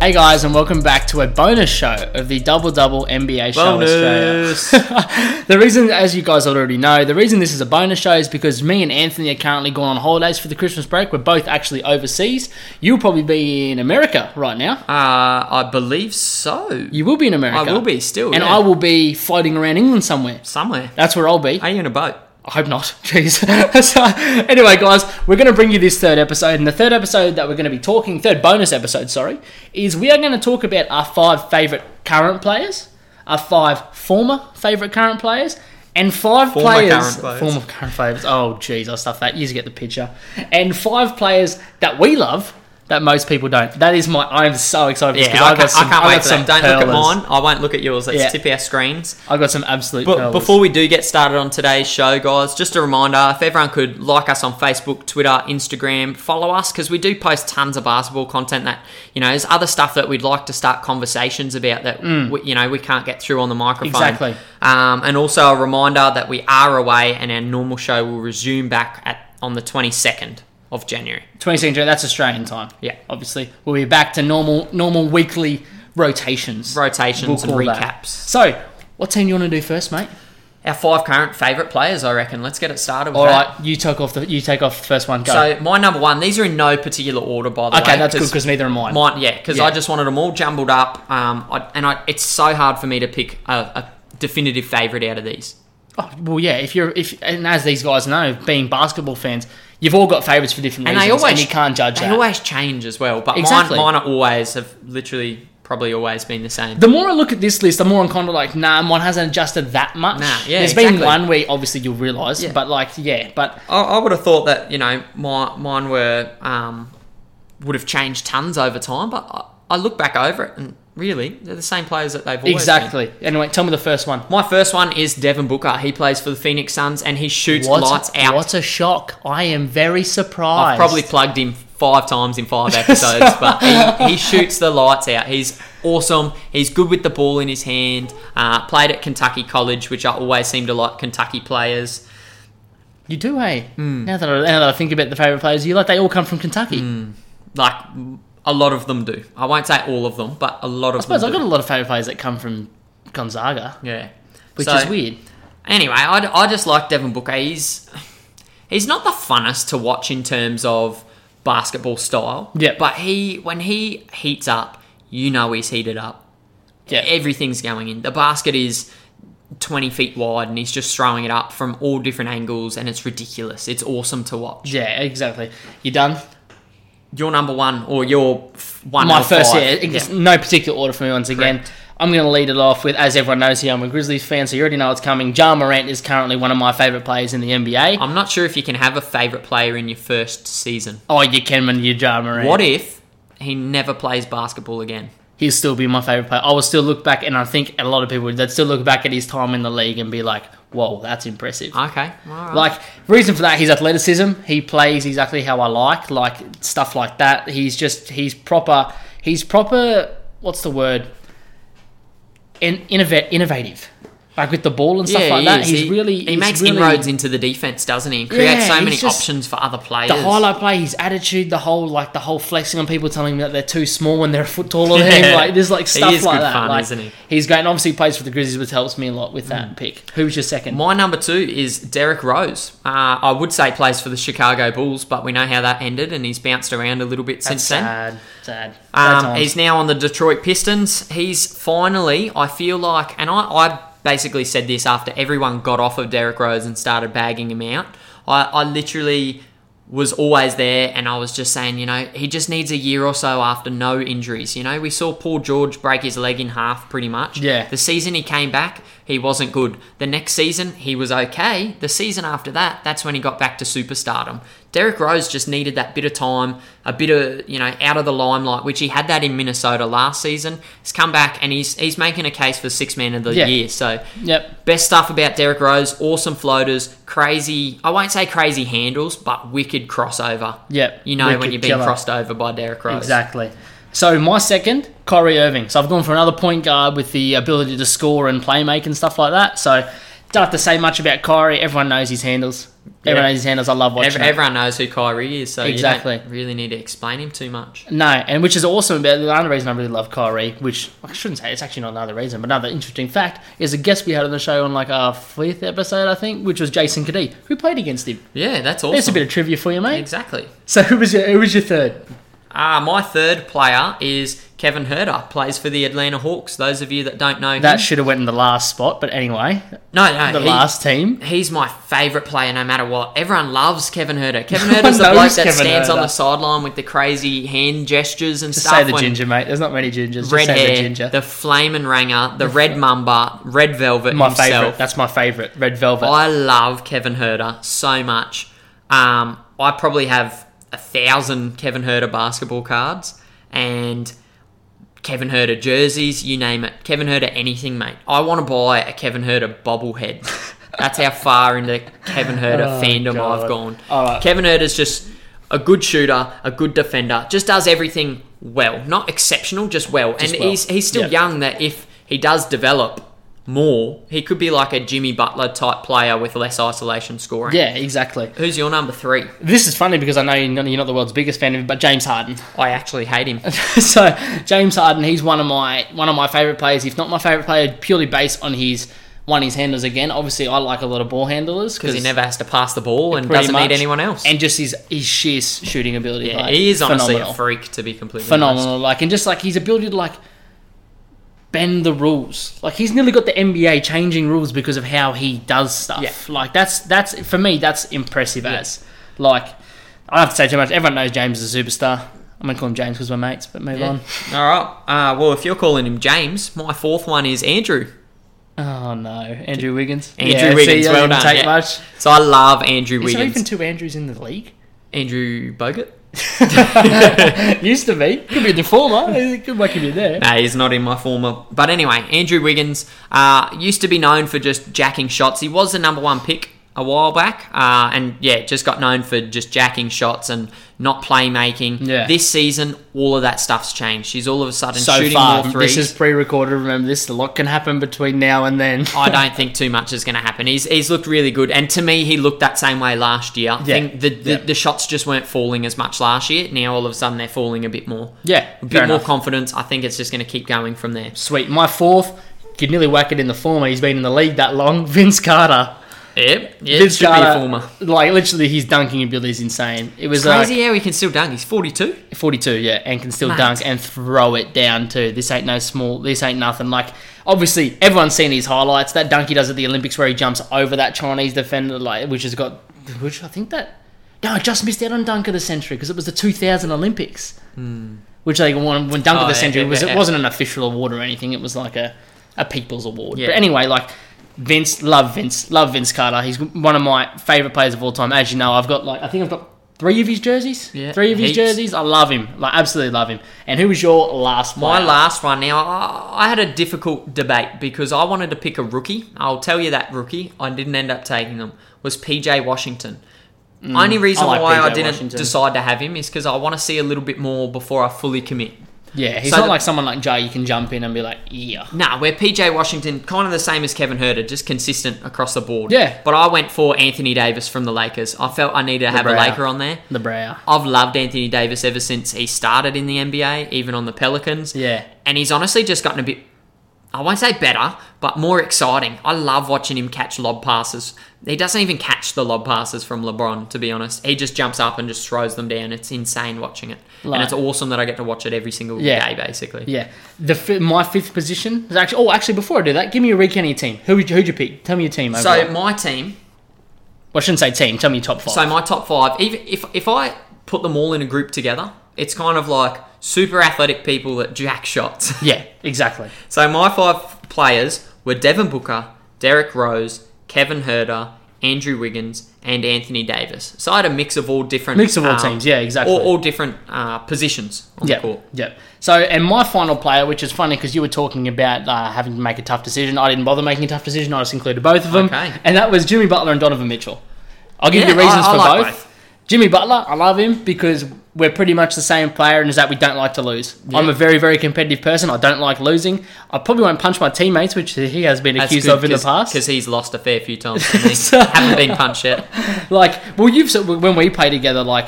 Hey guys, and welcome back to a bonus show of the Double Double NBA Bonus. Show Australia. the reason, as you guys already know, the reason this is a bonus show is because me and Anthony are currently gone on holidays for the Christmas break. We're both actually overseas. You'll probably be in America right now. Uh, I believe so. You will be in America. I will be still, and yeah. I will be floating around England somewhere. Somewhere. That's where I'll be. Are you in a boat? I hope not. Jeez. so, anyway, guys, we're going to bring you this third episode. And the third episode that we're going to be talking, third bonus episode, sorry, is we are going to talk about our five favourite current players, our five former favourite current players, and five Former players, current players. Former current players. Oh, jeez, I stuffed that. You get the picture. And five players that we love that most people don't. That is my. I'm so excited Yeah, because I, I've can't, got some. I can't I've wait got for some that. Don't look at pearlers. mine. I won't look at yours. Let's Yeah. tip our screens. I've got some absolute. But pearlers. before we do get started on today's show, guys, just a reminder if everyone could like us on Facebook, Twitter, Instagram, follow us because we do post tons of basketball content that, you know, there's other stuff that we'd like to start conversations about that, we, you know, we can't get through on the microphone. Exactly. Um, and also a reminder that we are away and our normal show will resume back at on the 22nd of January. 22nd January, that's Australian time. Yeah. Obviously, we'll be back to normal normal weekly rotations. We'll Rotations call and that. recaps. So, what team you want to do first, mate? Our five current favourite players, I reckon. Let's get it started with All that. right, you take off the you take off the first one. Go. So my number one, these are in no particular order, by the way. okay, that's good because neither am mine. mine, yeah, because Yeah. I just wanted them all jumbled up. Um, I, and I, it's so hard for me to pick a, a definitive favourite out of these. Oh, well, yeah. If you're if and as these guys know, being basketball fans, you've all got favourites for different And reasons, they and always you can't judge They that. always change as well, but Exactly. mine, mine are always have literally probably always been the same. the more I look at this list, the more I'm kind of like, nah, mine hasn't adjusted that much. Nah, yeah, There's been exactly. one where obviously you'll realise, Yeah. but like, yeah, but I, I would have thought that you know my mine were um, would have changed tons over time, but I, I look back over it and really they're the same players that they've always been. exactly. Anyway, tell me the first one. My first one is Devin Booker. He plays for the Phoenix Suns and he shoots What, lights out. What a shock. I am very surprised. I've probably plugged him five times in five episodes, but he, he shoots the lights out. He's awesome. He's good with the ball in his hand. Uh, played at Kentucky College, which I always seem to like Kentucky players. You do, hey? Hmm. Now, that I, now that I think about the favourite players you like, they all come from Kentucky. Like a lot of them do. I won't say all of them, but a lot of I suppose them I've got do. a lot of favourite players that come from Gonzaga, yeah, which So- is weird. Anyway, I, I just like Devin Booker. He's he's not the funnest to watch in terms of basketball style. Yep. But he when he heats up, you know he's heated up. Yeah. Everything's going in. The basket is twenty feet wide, and he's just throwing it up from all different angles, and it's ridiculous. It's awesome to watch. yeah, exactly. You done? Your number one or your f- one? My or first, yeah, five. it's no particular order for me once again. Correct. I'm going to lead it off with, as everyone knows here, I'm a Grizzlies fan, so you already know it's coming. Ja Morant is currently one of my favourite players in the NBA. I'm not sure if you can have a favorite player in your first season. oh, you can when you Ja Morant. What if he never plays basketball again? he'll still be my favorite player. I will still look back, and I think a lot of people would they'd still look back at his time in the league and be like, "Whoa, that's impressive." Okay, all right. Like reason for that, his athleticism. He plays exactly how I like, like stuff like that. He's just he's proper. He's proper. What's the word? In, innovat- innovative, like with the ball and stuff like he that. is. He's He- really he he's makes really- inroads into the defense, doesn't he? And Yeah, creates so many he's just- options for other players. The highlight play, his attitude, the whole like the whole flexing on people, telling them that they're too small when they're a foot taller than him. Yeah. Like there's like He stuff is like good that. fun, like, isn't he? Mm. He's great, and obviously he plays for the Grizzlies, which helps me a lot with that pick. Who's your second? My number two is Derek Rose. Uh, I would say plays for the Chicago Bulls, but we know how that ended, and he's bounced around a little bit That's since then. sad. Sad. Sad Um, times. he's now on the Detroit Pistons. He's finally, I feel like, and I, I basically said this after everyone got off of Derrick Rose and started bagging him out. I, I literally was always there and I was just saying, you know, he just needs a year or so after no injuries. You know, we saw Paul George break his leg in half pretty much. Yeah. The season he came back, he wasn't good. The next season, he was okay. The season after that, that's when he got back to superstardom. Derrick Rose just needed that bit of time, a bit of, you know, out of the limelight, which he had that in Minnesota last season. He's come back and he's he's making a case for six man of the Yeah. year. So Yep. Best stuff about Derrick Rose, awesome floaters, crazy, I won't say crazy handles, but wicked crossover. Yep. You know when Wicked you're being killer. crossed over by Derrick Rose. Exactly. So my second, Corey Irving. So I've gone for another point guard with the ability to score and play make and stuff like that. So don't have to say much about Corey. Everyone knows his handles. Everyone Yeah. knows his handles. I love watching. Ev- it. everyone knows who Kyrie is, so you Exactly. don't really need to explain him too much. No, and which is awesome about another reason I really love Kyrie, which I shouldn't say it's actually not another reason, but another interesting fact is a guest we had on the show on like our fifth episode, I think, which was Jason Kadee, who played against him. Yeah, that's awesome. There's a bit of trivia for you, mate. exactly. So who was your who was your third? Ah, my third player is Kevin Herder. Plays for the Atlanta Hawks. Those of you that don't know him, That should have went in the last spot, but anyway, no, no, the he- last team. He's my favourite player, no matter what. Everyone loves Kevin Herder. Kevin Herder's the one bloke knows that Kevin stands on Huerter. the sideline with the crazy hand gestures and Just stuff. say the when- ginger, mate. There's not many gingers. Just red say hair, the ginger. the flaming ranger, the red mamba, red velvet my himself. favorite. That's my favorite. Red Velvet. I love Kevin Herder so much. Um, I probably have a thousand Kevin Herder basketball cards and Kevin Herder jerseys, you name it. Kevin Herder anything, mate. I want to buy a Kevin Herder bobblehead. That's how far into Kevin Herder Oh, fandom God. I've gone. All right. Kevin Herder's just a good shooter, a good defender, just does everything well. Not exceptional, just well. and well. he's he's still Yeah. young young that if he does develop more, he could be like a Jimmy Butler type player with less isolation scoring. yeah, exactly. Who's your number three? This is funny because I know you're not, you're not the world's biggest fan of him, but James Harden. I actually hate him. so James Harden, he's one of my one of my favorite players, if not my favorite player, purely based on his one his handles. Again, obviously, I like a lot of ball handlers Because he never has to pass the ball and pretty doesn't much. need anyone else. and just his his sheer s- shooting ability. yeah, like, he is honestly phenomenal. a freak to be completely phenomenal. Like and just like his ability to like bend the rules. Like he's nearly got the NBA changing rules because of how he does stuff. Yeah. Like that's that's for me that's impressive as like I don't have to say too much. Everyone knows James is a superstar. I'm gonna call him James because we're mates, but move on. honest. All right. Uh, well, if you're calling him James, my fourth one is Andrew. Oh no, Andrew Wiggins. Andrew Yeah, see, Wiggins, doesn't well even done. Take yeah. much. So I love Andrew Is there Wiggins. even two Andrews in the league? Andrew Bogut? Used to be. Could be the former. It Could work if you're there. Nah, he's not in my former. But anyway, Andrew Wiggins uh, used to be known for just jacking shots. He was the number one pick a while back, uh, and yeah, just got known for just jacking shots and not playmaking. Yeah. This season, all of that stuff's changed. He's all of a sudden So shooting far, more this threes. is pre-recorded. Remember this. A lot can happen between now and then. I don't think too much is going to happen. He's, he's looked really good, and to me, he looked that same way last year. I Yeah. think the, the, Yeah. the shots just weren't falling as much last year. Now all of a sudden they're falling a bit more. Yeah, a bit fair more enough. confidence. I think it's just going to keep going from there. Sweet. My fourth. Could nearly whack it in the former. He's been in the league that long. Vince Carter. Yep, yeah, it Vince should be a Carter. former. Like literally, his dunking ability is insane. It was uh, like, Crazy how he can still dunk. He's 42. 42, yeah, and can still Mate. dunk and throw it down too. This ain't no small. This ain't nothing. Like obviously, everyone's seen his highlights. That dunk he does at the Olympics where he jumps over that Chinese defender, like which has got, which I think that no, I just missed out on dunk of the century because it was the 2000 Olympics, which they won when dunk Hmm. Oh, of the yeah, century yeah, was yeah, it yeah. wasn't an official award or anything. It was like a a people's award. Yeah. But anyway, like. Vince, love Vince, love Vince Carter. He's one of my favorite players of all time. As you know, I've got like I think I've got three of his jerseys, Yeah, three of his heaps. jerseys. I love him, like absolutely love him. And who was your last? My player? last one now, I I had a difficult debate because I wanted to pick a rookie. I'll tell you that rookie, I didn't end up taking them, was PJ Washington. Only reason Mm, I like why PJ I didn't Washington. decide to have him is because I want to see a little bit more before I fully commit. Yeah, he's So not the- like someone like Jay. You can jump in and be like, yeah, Nah, where PJ Washington, kind of the same as Kevin Herter, just consistent across the board. Yeah. But I went for Anthony Davis from the Lakers. I felt I needed to have a Brown. Laker on there. the brow. I've loved Anthony Davis ever since he started in the NBA, even on the Pelicans. Yeah. And he's honestly just gotten a bit, I won't say better, but more exciting. I love watching him catch lob passes. He doesn't even catch the lob passes from LeBron, to be honest. He just jumps up and just throws them down. It's insane watching it. Like- and it's awesome that I get to watch it every single Yeah. day, basically. Yeah, the fi- my fifth position is actually. Oh, actually, before I do that, give me your recount of your team. Who would you, who'd you pick? Tell me your team. So, overall. my team, well, I shouldn't say team. Tell me your top five. So my top five, even if if I put them all in a group together, it's kind of like super athletic people that jack shots. yeah, exactly. so my five players were Devin Booker, Derek Rose, Kevin Herder, Andrew Wiggins, and Anthony Davis. So I had a mix of all different uh, Mix of all teams, yeah, exactly. all, all different uh, positions on Yeah, the court. Yep. So, and my final player, which is funny because you were talking about uh, having to make a tough decision. I didn't bother making a tough decision. I just included both of them. Okay. And that was Jimmy Butler and Donovan Mitchell. I'll give Yeah, you reasons I- I for like both. both. Jimmy Butler, I love him because we're pretty much the same player, and is that we don't like to lose. I'm a very, very competitive person. I don't like losing. I probably won't punch my teammates, which he has been accused of in the past. because he's lost a fair few times. to me. haven't been punched yet. Like, well, you've said when we play together, like,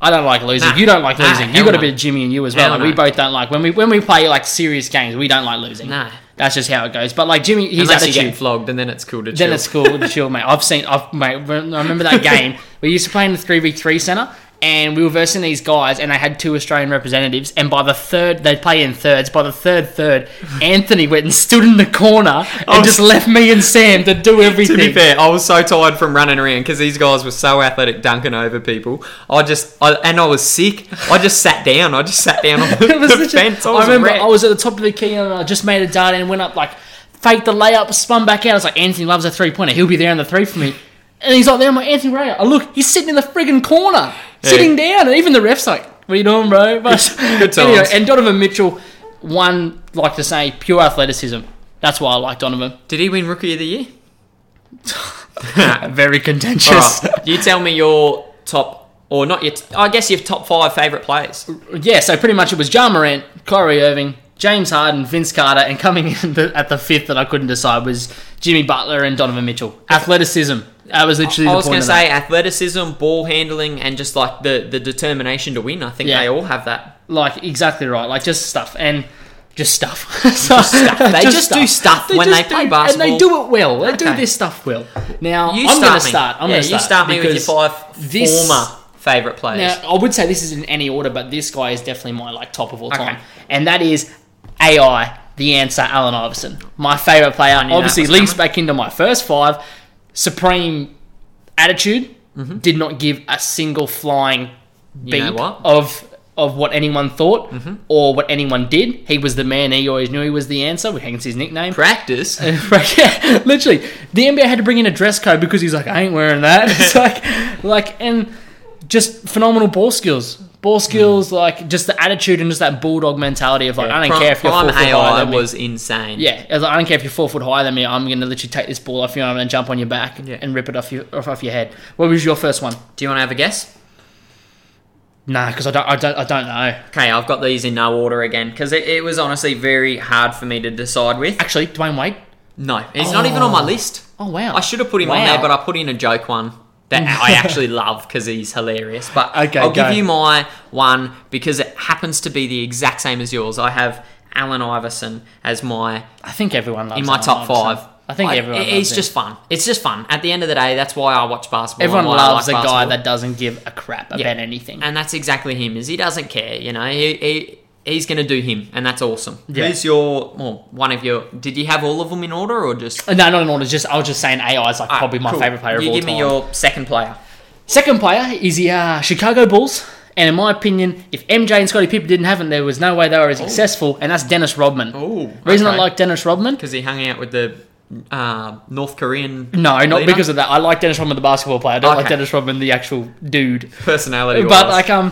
I don't like losing. Nah. You don't like Nah, losing. you hell got a no. bit of Jimmy and you as well. Hell Like, We no. both don't like when we when we play like serious games. We don't like losing. Nah. that's just how it goes. But like Jimmy, his Unless you attitude. get flogged, and then it's cool to then chill. it's cool to chill, mate. I've seen, I've, mate, when- I remember that game. we used to play in the 3v3 centre, and we were versing these guys, and they had two Australian representatives. And by the third, they'd play in thirds. By the third, third, Anthony went and stood in the corner and was- just left me and Sam to do Oh. To everything. be fair, I was so tired from running around because these guys were so athletic, dunking over people. I just, I, and I was sick. I just sat down. I just sat down on the, It was the such a- fence. I I was remember wrecked. I was at the top of the key and I just made a dart and went up like faked the layup, spun back out. I was like, Anthony loves a three pointer. He'll be there on the three for me. And he's like, there, my Anthony Ray. I look, he's sitting in the friggin' corner, sitting down. And even the ref's like, what are you doing, bro? But good times. and Donovan Mitchell won, like to say, pure athleticism. That's why I like Donovan. Did he win Rookie of the Year? Very contentious. All right, Uh, you tell me your top, or not your. T- I guess your top five favorite players. Yeah, so pretty much it was John Morant, Kyrie Irving, James Harden, Vince Carter, and coming in the, at the fifth that I couldn't decide was Jimmy Butler and Donovan Mitchell. Athleticism. That was literally I the was point. going of to that. say athleticism, ball handling, and just like the the determination to win. I think Yeah. they all have that. Like, exactly right. Like, just stuff. And. Just stuff. So- Just stuff. They just do stuff when they play and they basketball. do it well. They do Okay. this stuff well. Now You I'm start going to me. start. I'm yeah, going to you start me with because your five this- former favorite players. Now, I would say this is in any order, but this guy is definitely my like top of all Okay. time, and that is AI. The answer, Allen Iverson, my favorite player. knew that Obviously, was links coming. back into my first five. Supreme attitude did not give a single flying beat know what? of of what anyone thought or what anyone did. He was the man. He always knew he was the answer. Hence his nickname. Practice. Right, yeah, literally. The NBA had to bring in a dress code because he's like, I ain't wearing that. It's like, like, and just phenomenal ball skills. Mm. Ball skills, like, just the attitude and just that bulldog mentality of like, I don't Prime- care if you're four prime foot higher AI than me. was insane. Yeah, I was like, I don't care if you're four foot higher than me. I'm gonna literally take this ball off you and I'm gonna jump on your back Yeah. and rip it off you off, off your head. What was your first one? Do you want to have a guess? Nah, because I don't, I don't, I don't know. Okay, I've got these in no order again because it, it was honestly very hard for me to decide with. Actually, Dwayne Wade. No, he's not even on my list. Oh wow, I should have put him on Wow. there, but I put in a joke one that I actually love because he's hilarious. But Okay, I'll go. give you my one because it happens to be the exact same as yours. I have Alan Iverson as my I think everyone loves in my Allen top Iverson. five. I think everyone. It's loves him. just fun. It's just fun. At the end of the day, that's why I watch basketball. and everyone why I loves like a guy basketball. that doesn't give a crap about anything. and that's exactly him. Is he doesn't care. You know, he, he he's going to do him, and that's awesome. Yeah. Who's your well, one of your? Did you have all of them in order or just? Uh, No, not in order. Just I was just saying AI is like probably my Cool. favorite player of You all give time. me your second player. Second player is the uh, Chicago Bulls, and in my opinion, if MJ and Scottie Pippen didn't have him, there was no way they were as successful. And that's Dennis Rodman. Ooh, Reason I Oh. okay. like Dennis Rodman. because he hung out with the uh, North Korean. No, not leader? because of that. I like Dennis Rodman, the basketball player. I don't like Okay. Dennis Rodman, the actual dude. personality. But wise. like, um,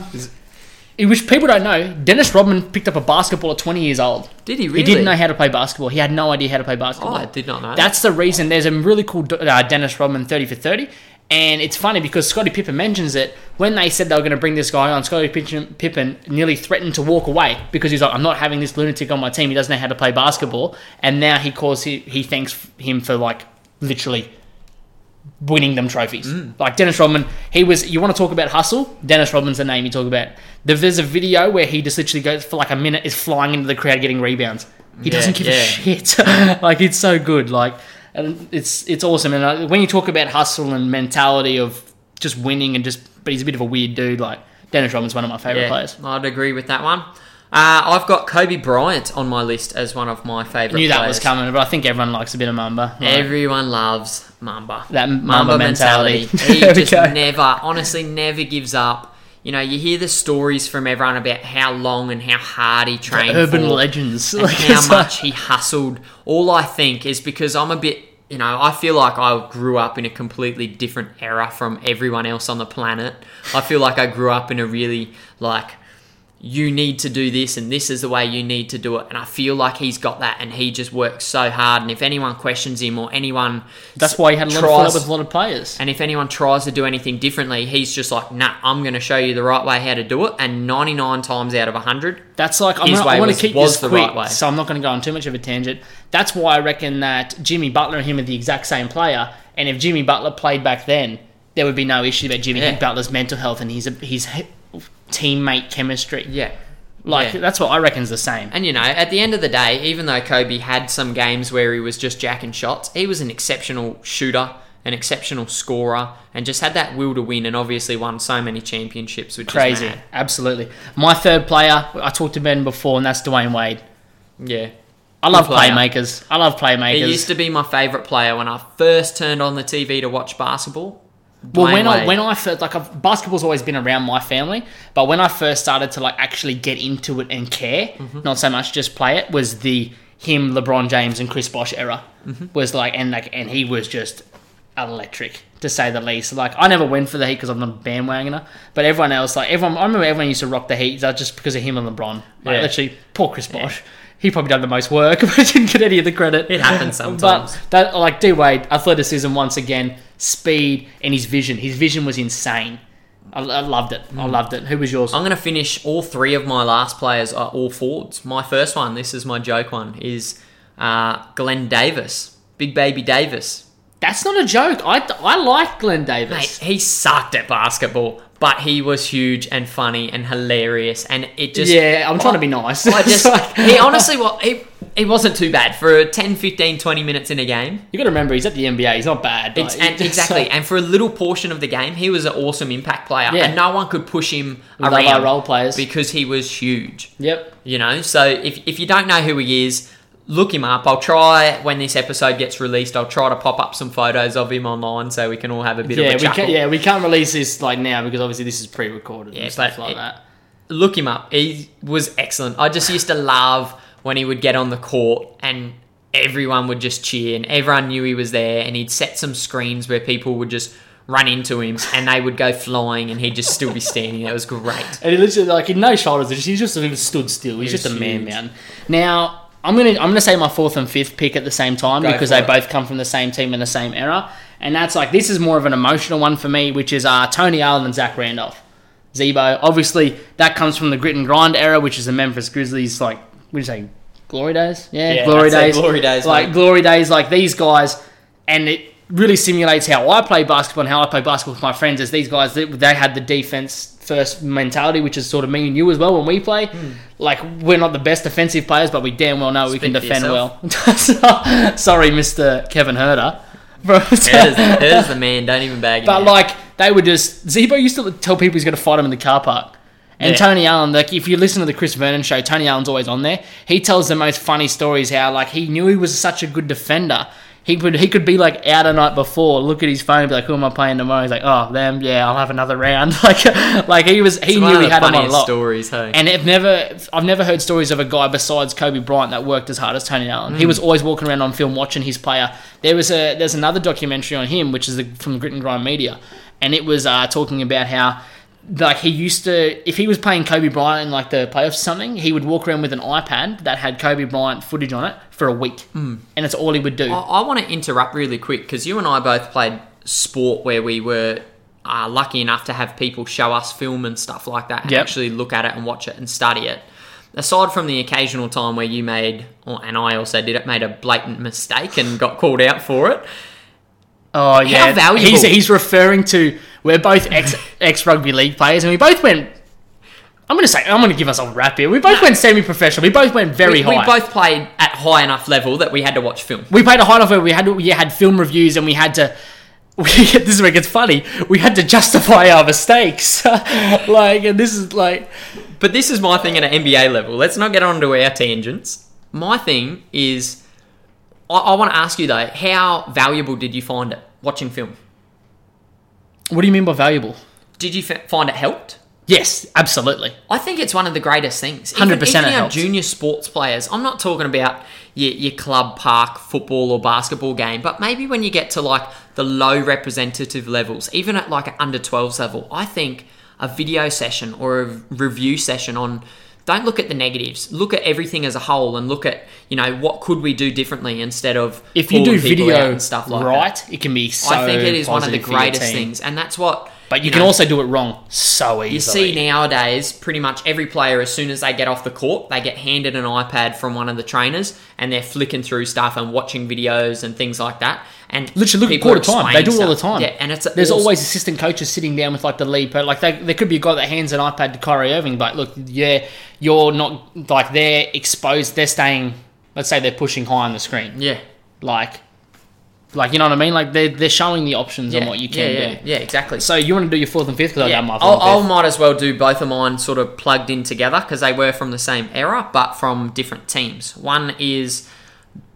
which people don't know, Dennis Rodman picked up a basketball at 20 years old. did he really? He didn't know how to play basketball. He had no idea how to play Oh, basketball. I did not know. That's That's the reason. There's a really cool uh, Dennis Rodman 30 for 30. And it's funny because Scottie Pippen mentions it when they said they were going to bring this guy on. Scottie Pippen, Pippen nearly threatened to walk away because he's like, "I'm not having this lunatic on my team. He doesn't know how to play basketball." And now he calls he, he thanks him for like literally winning them trophies. Mm. Like Dennis Rodman, he was. You want to talk about hustle? Dennis Rodman's the name you talk about. There- There's a video where he just literally goes for like a minute, is flying into the crowd getting rebounds. He Yeah, doesn't give yeah. a shit. like it's so good. Like and it's it's awesome. And uh, when you talk about hustle and mentality of just winning and just, but he's a bit of a weird dude. Like Dennis Rodman's one of my favorite yeah, players. I'd agree with that one. Uh, I've got Kobe Bryant on my list as one of my favorite. Knew that players. was coming, but I think everyone likes a bit of Mamba. Like, Everyone loves Mamba. That Mamba mentality. There he we just go. never, honestly, never gives up. You know, you hear the stories from everyone about how long and how hard he trained. urban for. legends. and Like, how it's uh, like- much he hustled. All I think is because I'm a bit, you know, I feel like I grew up in a completely different era from everyone else on the planet. I feel like I grew up in a really like you need to do this and this is the way you need to do it. And I feel like he's got that and he just works so hard. And if anyone questions him or anyone That's why he had a lot of tries- fallout with a lot of players. and if anyone tries to do anything differently, he's just like, nah, I'm going to show you the right way how to do it. And 99 times out of 100, That's like I'm His gonna, way I want was- to keep was this the quick, right way. so I'm not going to go on too much of a tangent. That's why I reckon that Jimmy Butler and him are the exact same player. And if Jimmy Butler played back then, there would be no issue about Jimmy Yeah. Butler's mental health and his his he- teammate chemistry. yeah. Like Yeah. that's what I reckon's the same. And you know, at the end of the day, even though Kobe had some games where he was just jacking shots, he was an exceptional shooter, an exceptional scorer, and just had that will to win and obviously won so many championships, which Crazy, is mad. absolutely. My third player, I talked to Ben before, and that's Dwayne Wade. Yeah. I love player. playmakers. I love He playmakers. used to be my favourite player when I first turned on the TV to watch basketball. Well, Dwayne when I Wade. when I first like I've, basketball's always been around my family, but when I first started to like actually get into it and care, Mm-hmm. not so much just play it, was the him, LeBron James, and Chris Bosh era. Mm-hmm. Was like and like and he was just electric to say the least. Like I never went for the Heat because I'm not a bandwagoner, but everyone else like everyone I remember everyone used to rock the Heat uh, just because of him and LeBron. Like Yeah. literally, poor Chris Bosh. He probably done the most work, but didn't get any of the credit. It happens sometimes. But that like D Wade, athleticism once again, speed, and his vision. His vision was insane. I, I loved it. Mm. I loved it. Who was yours? I'm going to finish all three of my last players are all forwards. My first one, this is my joke one, is uh, Glenn Davis, Big Baby Davis. That's not a joke. I, I like Glenn Davis. Mate, he sucked at basketball, but he was huge and funny and hilarious, and it just yeah, I'm trying to be nice. I It's just like- he honestly was he, he wasn't too bad for 10, 15, 20 minutes in a game. you got to remember, he's at the NBA. He's not bad. It's, Like, and it's exactly, like- and for a little portion of the game, he was an awesome impact player, Yeah. and no one could push him love our around role players. because he was huge. yep. You know, so if, if you don't know who he is, look him up. I'll try when this episode gets released. I'll try to pop up some photos of him online so we can all have a bit Yeah, of a we chuckle. can't. Yeah, we can't release this like now because obviously this is pre-recorded Yeah, and stuff but like it- that. look him up. He was excellent. I just used to love when he would get on the court and everyone would just cheer and everyone knew he was there and he'd set some screens where people would just run into him and they would go flying and he'd just still be standing. It was great. And he literally like in no shoulders. He's just- he's just sort of stood still. He's He's just a man huge. mountain. Now I'm gonna I'm gonna say my fourth and fifth pick at the same time Go because for they it. both come from the same team in the same era. And that's like this is more of an emotional one for me, which is uh, Tony Allen and Zach Randolph. Zebo, obviously that comes from the grit and grind era, which is the Memphis Grizzlies like what do you say, glory days? Yeah, Yeah, glory I'd say days. glory days, Like mate. glory days, like these guys, and it really simulates how I play basketball and how I play basketball with my friends. Is these guys they, they had the defense first mentality, which is sort of me and you as well when we play. Like we're not the best defensive players, but we damn well know we can Hmm. Speak for defend yourself. well. So- Sorry, Mister Kevin Herder. Hurt is, Hurt is the man. Don't even bag him. But out. like they were just Zebo used to tell people he's going to fight him in the car park. And Yeah. Tony Allen, like if you listen to the Chris Vernon show, Tony Allen's always on there. He tells the most funny stories how like he knew he was such a good defender. He could he could be like out a night before, look at his phone, and be like, "Who am I playing tomorrow?" He's like, "Oh, them, yeah, I'll have another round." Like like he was he It's one knew of he the had him on funniest lock. stories. Hey, And I've never, I've never heard stories of a guy besides Kobe Bryant that worked as hard as Tony Allen. He was always walking around on film watching his player. There was a, there's another documentary on him, which is the, from Grit and Grind Media, and it was uh, talking about how, like he used to, if he was playing Kobe Bryant in like the playoffs or something, he would walk around with an iPad that had Kobe Bryant footage on it for a week, and it's all he would do. I, I want to interrupt really quick because you and I both played sport where we were uh, lucky enough to have people show us film and stuff like that and Yep. actually look at it and watch it and study it. Aside from the occasional time where you made, or, and I also did it, made a blatant mistake and got called out for it. Oh yeah, valuable. He's, he's referring to we're both ex ex rugby league players, and we both went. I'm gonna say I'm gonna give us a wrap here. We both went semi professional. We both went very We, we high. both played at high enough level that we had to watch film. we played a high enough where we had we had film reviews, and we had to. We, this is where it gets funny. We had to justify our mistakes, like, and this is like But this is my thing at an NBA level. Let's not get onto our tangents. My thing is, I, I want to ask you though, how valuable did you find it watching film? what do you mean by valuable? Did you f- find it helped? Yes, absolutely. I think it's one of the greatest things. 100% Even, it even our helps. junior sports players. I'm not talking about your, your club park football or basketball game, but maybe when you get to like the low representative levels, even at like an under 12s level, I think a video session or a review session on don't look at the negatives. Look at everything as a whole and look at, you know, what could we do differently instead of If you do calling people out video and stuff like right, that. it can be so I think it is one of the positive for your greatest team. things. And that's what But you, you can know, also do it wrong so easily. you see nowadays pretty much every player as soon as they get off the court they get handed an ipad from one of the trainers and they're flicking through stuff and watching videos and things like that and Literally, look at people are quarter time. They do it all explaining the stuff. time. yeah and it's there's awesome. always assistant coaches sitting down with like the lead. per- Like they, there could be a guy that hands an iPad to Kyrie Irving, but look, yeah, you're not like they're exposed. They're staying. Let's say they're pushing high on the screen. yeah Like, like you know what I mean? Like they're they're showing the options yeah on what you can yeah, do. yeah, yeah exactly So you want to do your fourth and fifth? Because yeah, I got my I'll, fourth and I'll fifth. might as well do both of mine sort of plugged in together because they were from the same era but from different teams. One is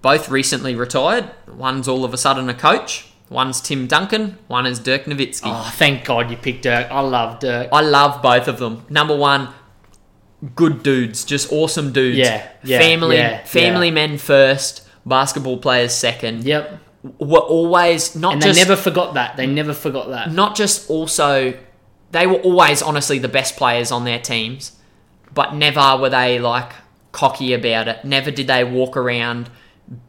both recently retired. One's all of a sudden a coach. One's Tim Duncan. One is Dirk Nowitzki. Oh, thank God you picked Dirk. I love Dirk. I love both of them. Number one, good dudes, just awesome dudes. Yeah, yeah, family, yeah, family yeah. men first, basketball players second. Yep. were always not And just they never forgot that. They never forgot that. not just also they were always honestly the best players on their teams, but never were they like cocky about it. Never did they walk around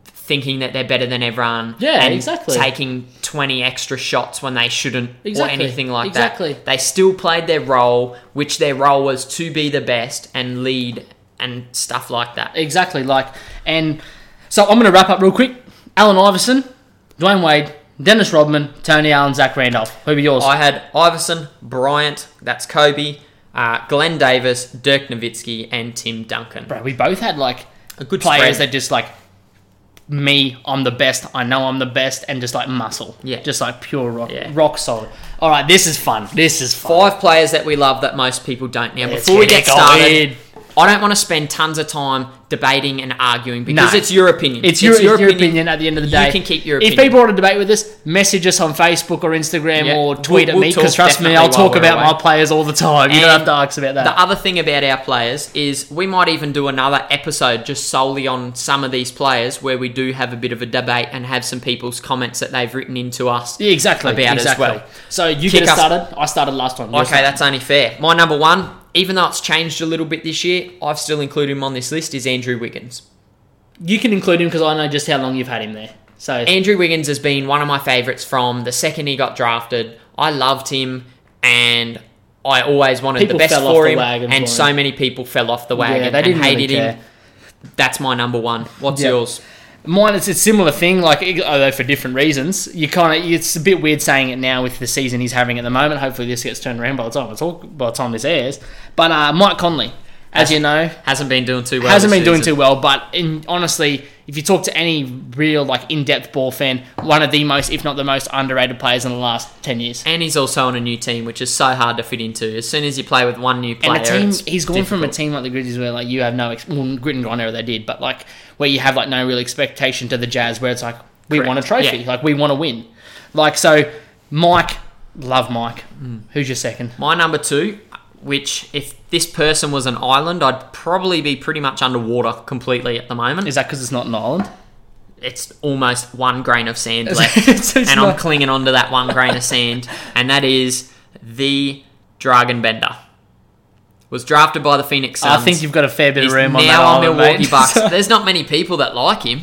thinking that they're better than everyone. Yeah, and exactly. Taking twenty extra shots when they shouldn't Exactly, or anything like exactly. that. They still played their role, which their role was to be the best and lead and stuff like that. Exactly. Like, and so I'm going to wrap up real quick. Allen Iverson, Dwayne Wade, Dennis Rodman, Tony Allen, Zach Randolph. Who are yours? I had Iverson, Bryant, that's Kobe, uh, Glenn Davis, Dirk Nowitzki, and Tim Duncan. Bro, we both had like A good players spread. that just like me. I'm the best. I know I'm the best, and just like muscle. Yeah. Just like pure rock, Yeah. rock solid. All right, this is fun. This is fun. five players that we love that most people don't. Now, Let's before we get it get going. started, I don't want to spend tons of time debating and arguing because No. it's your opinion. It's your, it's your opinion. at the end of the You day. can keep your If opinion. people want to debate with us, message us on Facebook or Instagram Yeah. or tweet We'll- at me we'll because talk trust me, definitely I'll while talk we're about away. my players all the time. you don't And have to ask about that. The other thing about our players is we might even do another episode just solely on some of these players where we do have a bit of a debate and have some people's comments that they've written into us. Yeah, exactly. About as exactly. well. So you Kick get us us- started. I started last time. Okay, that's only fair. My number one, even though it's changed a little bit this year, I've still included him on this list, is Andrew Wiggins. you can include him because I know just how long you've had him there. So Andrew Wiggins has been one of my favourites from the second he got drafted. I loved him, and I always wanted People the best fell off for the him. wagon And for so him. many people fell off the wagon yeah, they and didn't really hated care. him. That's my number one. What's Yeah. yours? Mine, it's a similar thing, like although for different reasons. You kind of, it's a bit weird saying it now with the season he's having at the moment. Hopefully, this gets turned around by the time I talk, by the time this airs. But uh, Mike Conley, as you know, Hasn't been doing too well. hasn't this been doing season. too well. But in, honestly, if you talk to any real like in-depth ball fan, one of the most, if not the most, underrated players in the last ten years. And he's also on a new team, which is so hard to fit into. As soon as you play with one new player, And a team, it's he's gone from a difficult. team like the Grizzlies where like you have no ex- well, grit and grind era they did, but like where you have like no real expectation to the Jazz, where it's like we Correct. want a trophy, Yeah. like we want to win, like so. Mike, love Mike. Who's your second? My number two, which if this person was an island, I'd probably be pretty much underwater completely at the moment. Is that because it's not an island? it's almost one grain of sand left, It's- it's and I'm not- clinging onto that one grain of sand, and that is the Dragon Bender. Was drafted by the Phoenix Suns. I think you've got a fair bit of He's room now on that on island, Milwaukee mate. Bucks. So, There's not many people that like him.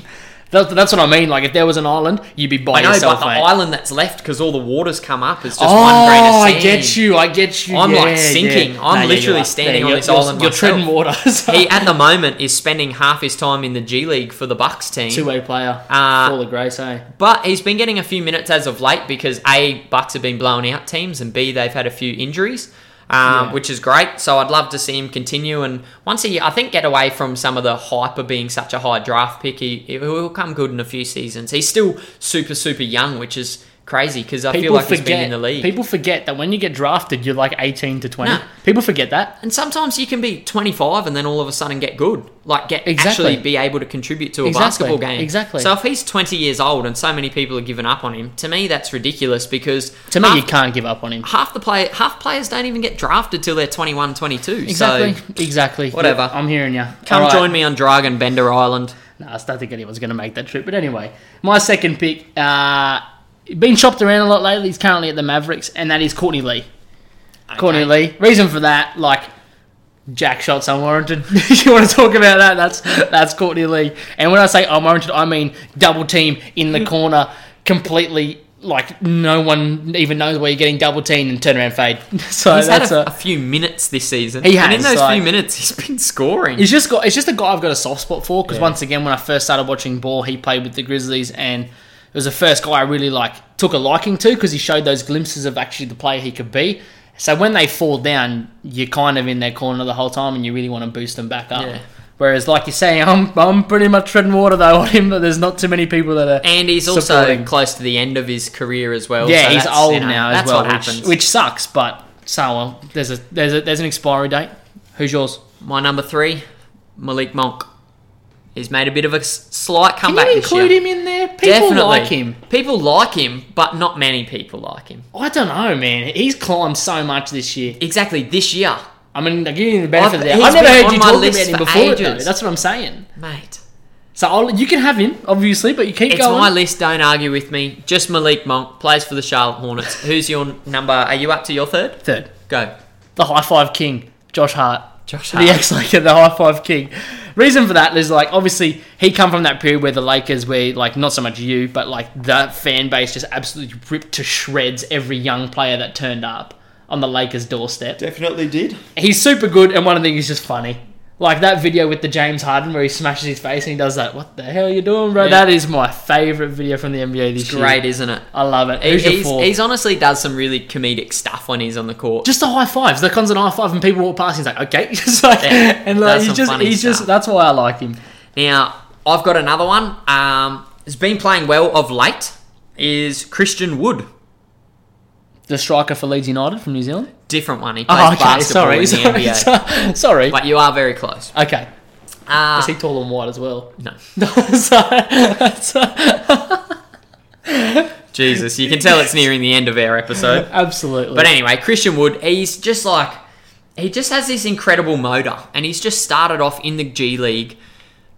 that- that's what I mean. Like if there was an island, you'd be by I know, yourself, but the mate. island that's left because all the waters come up is just oh, one grain of sand. I get you. I get you. I'm, like, yeah, yeah. sinking. I'm yeah, you literally are. standing Yeah, on you're- this you're- island You're myself. treading water. so- He at the moment is spending half his time in the G League for the Bucks team. two-way player. Uh, Fall of grace, eh? But he's been getting a few minutes as of late because A, Bucks have been blowing out teams, and B, they've had a few injuries, um, Yeah. which is great. So I'd love to see him continue. And once he, I think, get away from some of the hype of being such a high draft pick, he, he will come good in a few seasons. He's still super, super young, which is crazy because I feel like he's been in the league. People forget that when you get drafted, you're like 18 to 20. Nah. People forget that. and sometimes you can be 25 and then all of a sudden get good, like get Exactly. actually be able to contribute to a Exactly, basketball game. exactly. So if he's 20 years old and so many people are giving up on him, to me that's ridiculous because To me, half- you can't give up on him. half the play half players don't even get drafted till they're 21 22 Exactly. so exactly. whatever. I'm hearing you. come join me on dragon bender island Nah, I don't think anyone's going to make that trip. But anyway, my second pick, uh, been shopped around a lot lately. He's currently at the Mavericks, and that is Courtney Lee. Courtney Lee. Reason for that, like jack shots unwarranted. If you want to talk about that? That's that's Courtney Lee. And when I say unwarranted, I mean double team in the corner, completely like no one even knows where you're getting double teamed and turn around fade. So He's had that's a, a, a few minutes this season. He And in has, those like- few minutes, he's been scoring. It's just got. It's just a guy I've got a soft spot for because once again, when I first started watching ball, he played with the Grizzlies, and it was the first guy I really like took a liking to because he showed those glimpses of actually the player he could be. So when they fall down, you're kind of in their corner the whole time, and you really want to boost them back up. Yeah. Whereas, like you're saying, I'm I'm pretty much treading water though on him. But there's not too many people that are. and he's also Supporting. close to the end of his career as well. yeah, so he's that's, old you know, now as that's well, what which, happens. which sucks. But so well, there's a there's a there's an expiry date. Who's yours? My number three, Malik Monk. He's made a bit of a s- slight Can comeback you this year. include him in there? People Definitely. like him. People like him, but not many people like him. I don't know, man. He's climbed so much this year. Exactly this year, I mean, I give you the benefit of I've- the doubt. he's I've never been heard on you my talk about list him for before. Though. ages. That's what I'm saying. mate. So I'll, you can have him, obviously, but you keep It's going. my list. Don't argue with me. Just Malik Monk plays for the Charlotte Hornets. Who's your n- number? Are you up to your third? Third, Go, the high five king, Josh Hart. Josh. The Hart. ex Laker, the high five king. Reason for that is like obviously he come from that period where the Lakers were like not so much you, but like that fan base just absolutely ripped to shreds every young player that turned up on the Lakers doorstep. Definitely did. he's super good, and one of the things is just funny. Like that video with the James Harden where he smashes his face and he does that. What the hell are you doing, bro? Yeah. That is my favorite video from the NBA this year. Great, isn't it? I love it. Who's your He's, fourth? he's honestly does some really comedic stuff when he's on the court. just the high fives, the constant high five, and people walk past. He's like, okay, just like, Yeah, and like, that's he's some just, funny he's just. stuff. That's why I like him. Now, I've got another one. Um, has been playing well of late. Is Christian Wood The striker for Leeds United from New Zealand. different one? He plays Oh, okay, basketball in sorry, the sorry, NBA, sorry, sorry. but you are very close. Okay, Uh, is he tall and wide as well? no, So- Jesus, you can tell it's nearing the end of our episode. Absolutely. But anyway, Christian Wood, he's just like he just has this incredible motor, and he's just started off in the G League,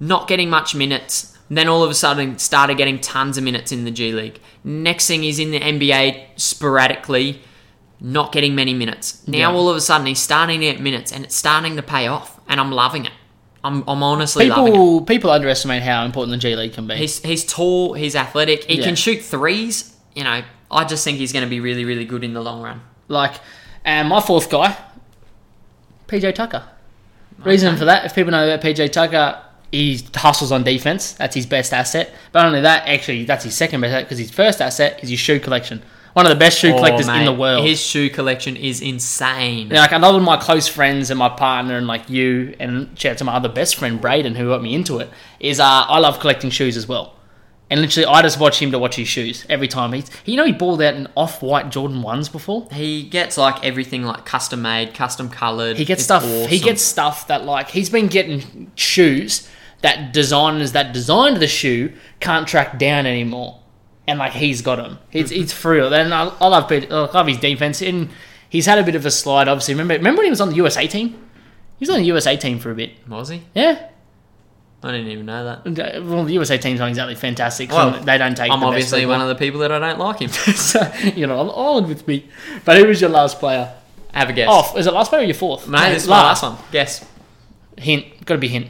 not getting much minutes. and Then all of a sudden, started getting tons of minutes in the G League. Next thing, he's in the NBA sporadically, not getting many minutes. Now Yeah. all of a sudden, he's starting to get minutes, and it's starting to pay off. And I'm loving it. I'm, I'm honestly loving it. people people underestimate how important the G League can be. He's he's tall, he's athletic, he Yeah. can shoot threes. You know, I just think he's going to be really really good in the long run. Like, and my fourth guy, PJ Tucker. Reason for that, if people know about PJ Tucker, he hustles on defense. That's his best asset. But not only that, actually, that's his second best asset because his first asset is his shoe collection. One of the best shoe Oh, collectors in mate, the world. His shoe collection is insane. Yeah, like another of my close friends and my partner and like you and shout out to my other best friend Braden who got me into it is uh, I love collecting shoes as well. And literally, I just watch him to watch his shoes every time. He's, you know, he balled out in off-white Jordan ones before. He gets like everything like custom made, custom colored. He gets stuff. He gets stuff that like he's been getting shoes that designers that designed the shoe can't track down anymore, and like he's got them. It's it's for real. And I, I love Pete. I love his defense, and he's had a bit of a slide. Obviously, remember remember when he was on the USA team? He was on the USA team for a bit. Was he? Yeah. I didn't even know that. Well, the USA teams aren't exactly fantastic. so Well, they don't take. I'm the best obviously people. one of the people that I don't like him. so, you know, on with me. But who was your last player? Have a guess. Oh, is it last player or your fourth? mate, this is my last one. Guess, Hint. Got to be hint.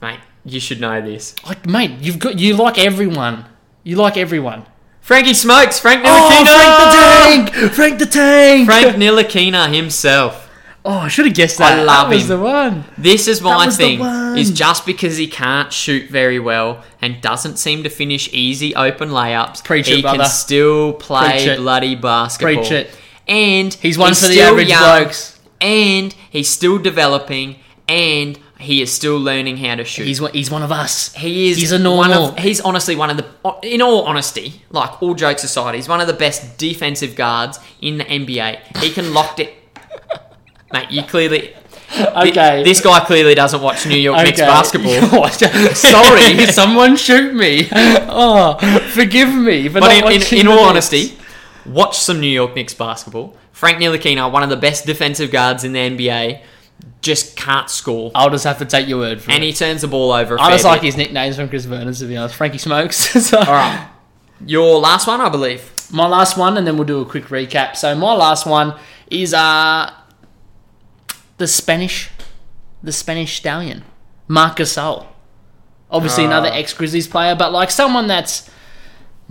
mate. You should know this. Like, mate, you've got you like everyone. You like everyone. Frankie Smokes, Frank Nilakina. Oh, Frank the Tank! Frank the Tank! Frank Nilakina himself. Oh, I should have guessed that. I love that was him. the one. This is my was the thing. one. Is just because he can't shoot very well and doesn't seem to finish easy open layups, Preach it, he can brother. still Preach play it. bloody basketball. Preach it. And He's one for the still average blokes. And he's still developing, and he is still learning how to shoot. He's one, he's one of us. he is. he's a One normal. of, he's honestly one of the. In all honesty, like all jokes aside, he's one of the best defensive guards in the NBA. He can lock it. Mate, you clearly. okay. This guy clearly doesn't watch New York Knicks basketball. Sorry, someone shoot me. Oh, forgive me. For But not in, in, watching in the all Knicks. honesty, watch some New York Knicks basketball. Frank Ntilikina, one of the best defensive guards in the NBA, just can't score. I'll just have to take your word for And it. he turns the ball over. a I fair just like bit. his nicknames from Chris Vernon, to be honest. Frankie Smokes. so, All right. Your last one, I believe. my last one, and then we'll do a quick recap. So my last one is uh the Spanish, the Spanish stallion, Marcus Gasol. Obviously, another Ah. ex Grizzlies player, but like someone that's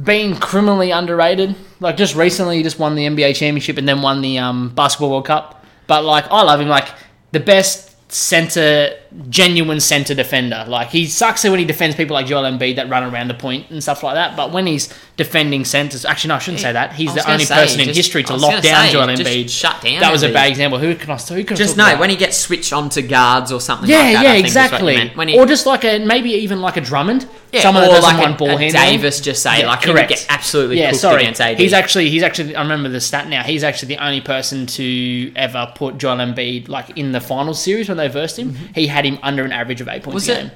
been criminally underrated. Like just recently, he just won the NBA championship and then won the um, Basketball World Cup. But like, I love him. Like the best center, genuine center defender. Like he sucks when he defends people like Joel Embiid that run around the point and stuff like that. But when he's defending centers, actually, no, I shouldn't say that. He's I was the only gonna say, person in just- history to I was lock gonna down say, Joel just Embiid. shut down That was a Embiid. bad example. Who can I? Who can I Just talk no, about? when he gets switched onto guards or something Yeah, like that. yeah, I think is what you exactly. meant. When he, or just like a maybe even like a Drummond, yeah, someone or that doesn't like want a, ball a handling. Davis just say, Yeah, like, correct. he would get absolutely yeah, cooked sorry. against AD. He's actually he's actually I remember the stat now. He's actually the only person to ever put Joel Embiid like in the final series when they versed him. He had him under an average of eight points Mm-hmm. was a game. it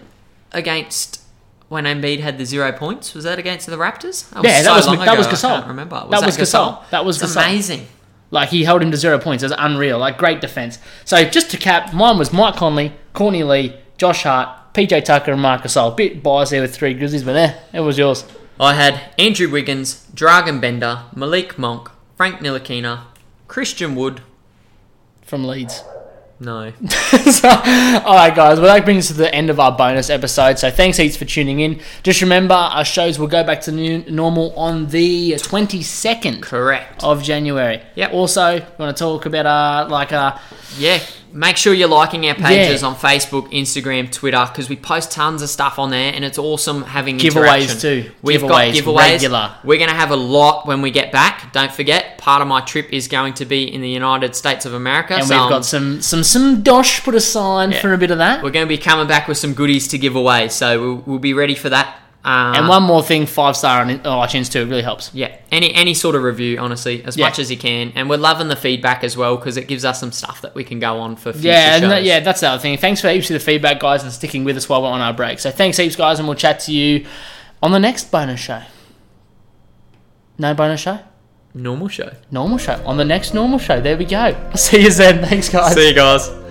against when Embiid had the zero points? Was that against the Raptors? That Yeah, that was- long that ago, was I Gasol. can't remember. That was Gasol. That was It's Gasol. amazing. Like he held him to zero points. It was unreal. Like great defense. So just to cap, mine was Mike Conley, Courtney Lee, Josh Hart, PJ Tucker, and Marcus Ole. Bit biased there with three Grizzlies, but eh, it was yours. I had Andrew Wiggins, Dragan Bender, Malik Monk, Frank Nilakina, Christian Wood. From Leeds. No. so, all right, guys. Well, that brings us to the end of our bonus episode. So, thanks heaps for tuning in. Just remember, our shows will go back to new, normal on the twenty second Correct. of January. Yep. Also, we want to talk about uh, like uh, Yeah. Make sure you're liking our pages Yeah. on Facebook, Instagram, Twitter, because we post tons of stuff on there, and it's awesome having Giveaways interaction. too. We've Giveaways, got giveaways. regular. We're going to have a lot when we get back. Don't forget, part of my trip is going to be in the United States of America. and so we've um, got some some some dosh put aside for a bit of that. we're going to be coming back with some goodies to give away, so we'll, we'll be ready for that. Uh, And one more thing, five star on oh, iTunes too. It really helps. Yeah, any any sort of review, honestly, as Yeah. much as you can, and we're loving the feedback as well because it gives us some stuff that we can go on for future Yeah, shows. and that- yeah, that's the other thing. Thanks for heaps of the feedback, guys, and sticking with us while we're on our break. So thanks heaps, guys, and we'll chat to you on the next bonus show. No bonus show. normal show. normal show on the next normal show. There we go. See you then. Thanks, guys. you guys.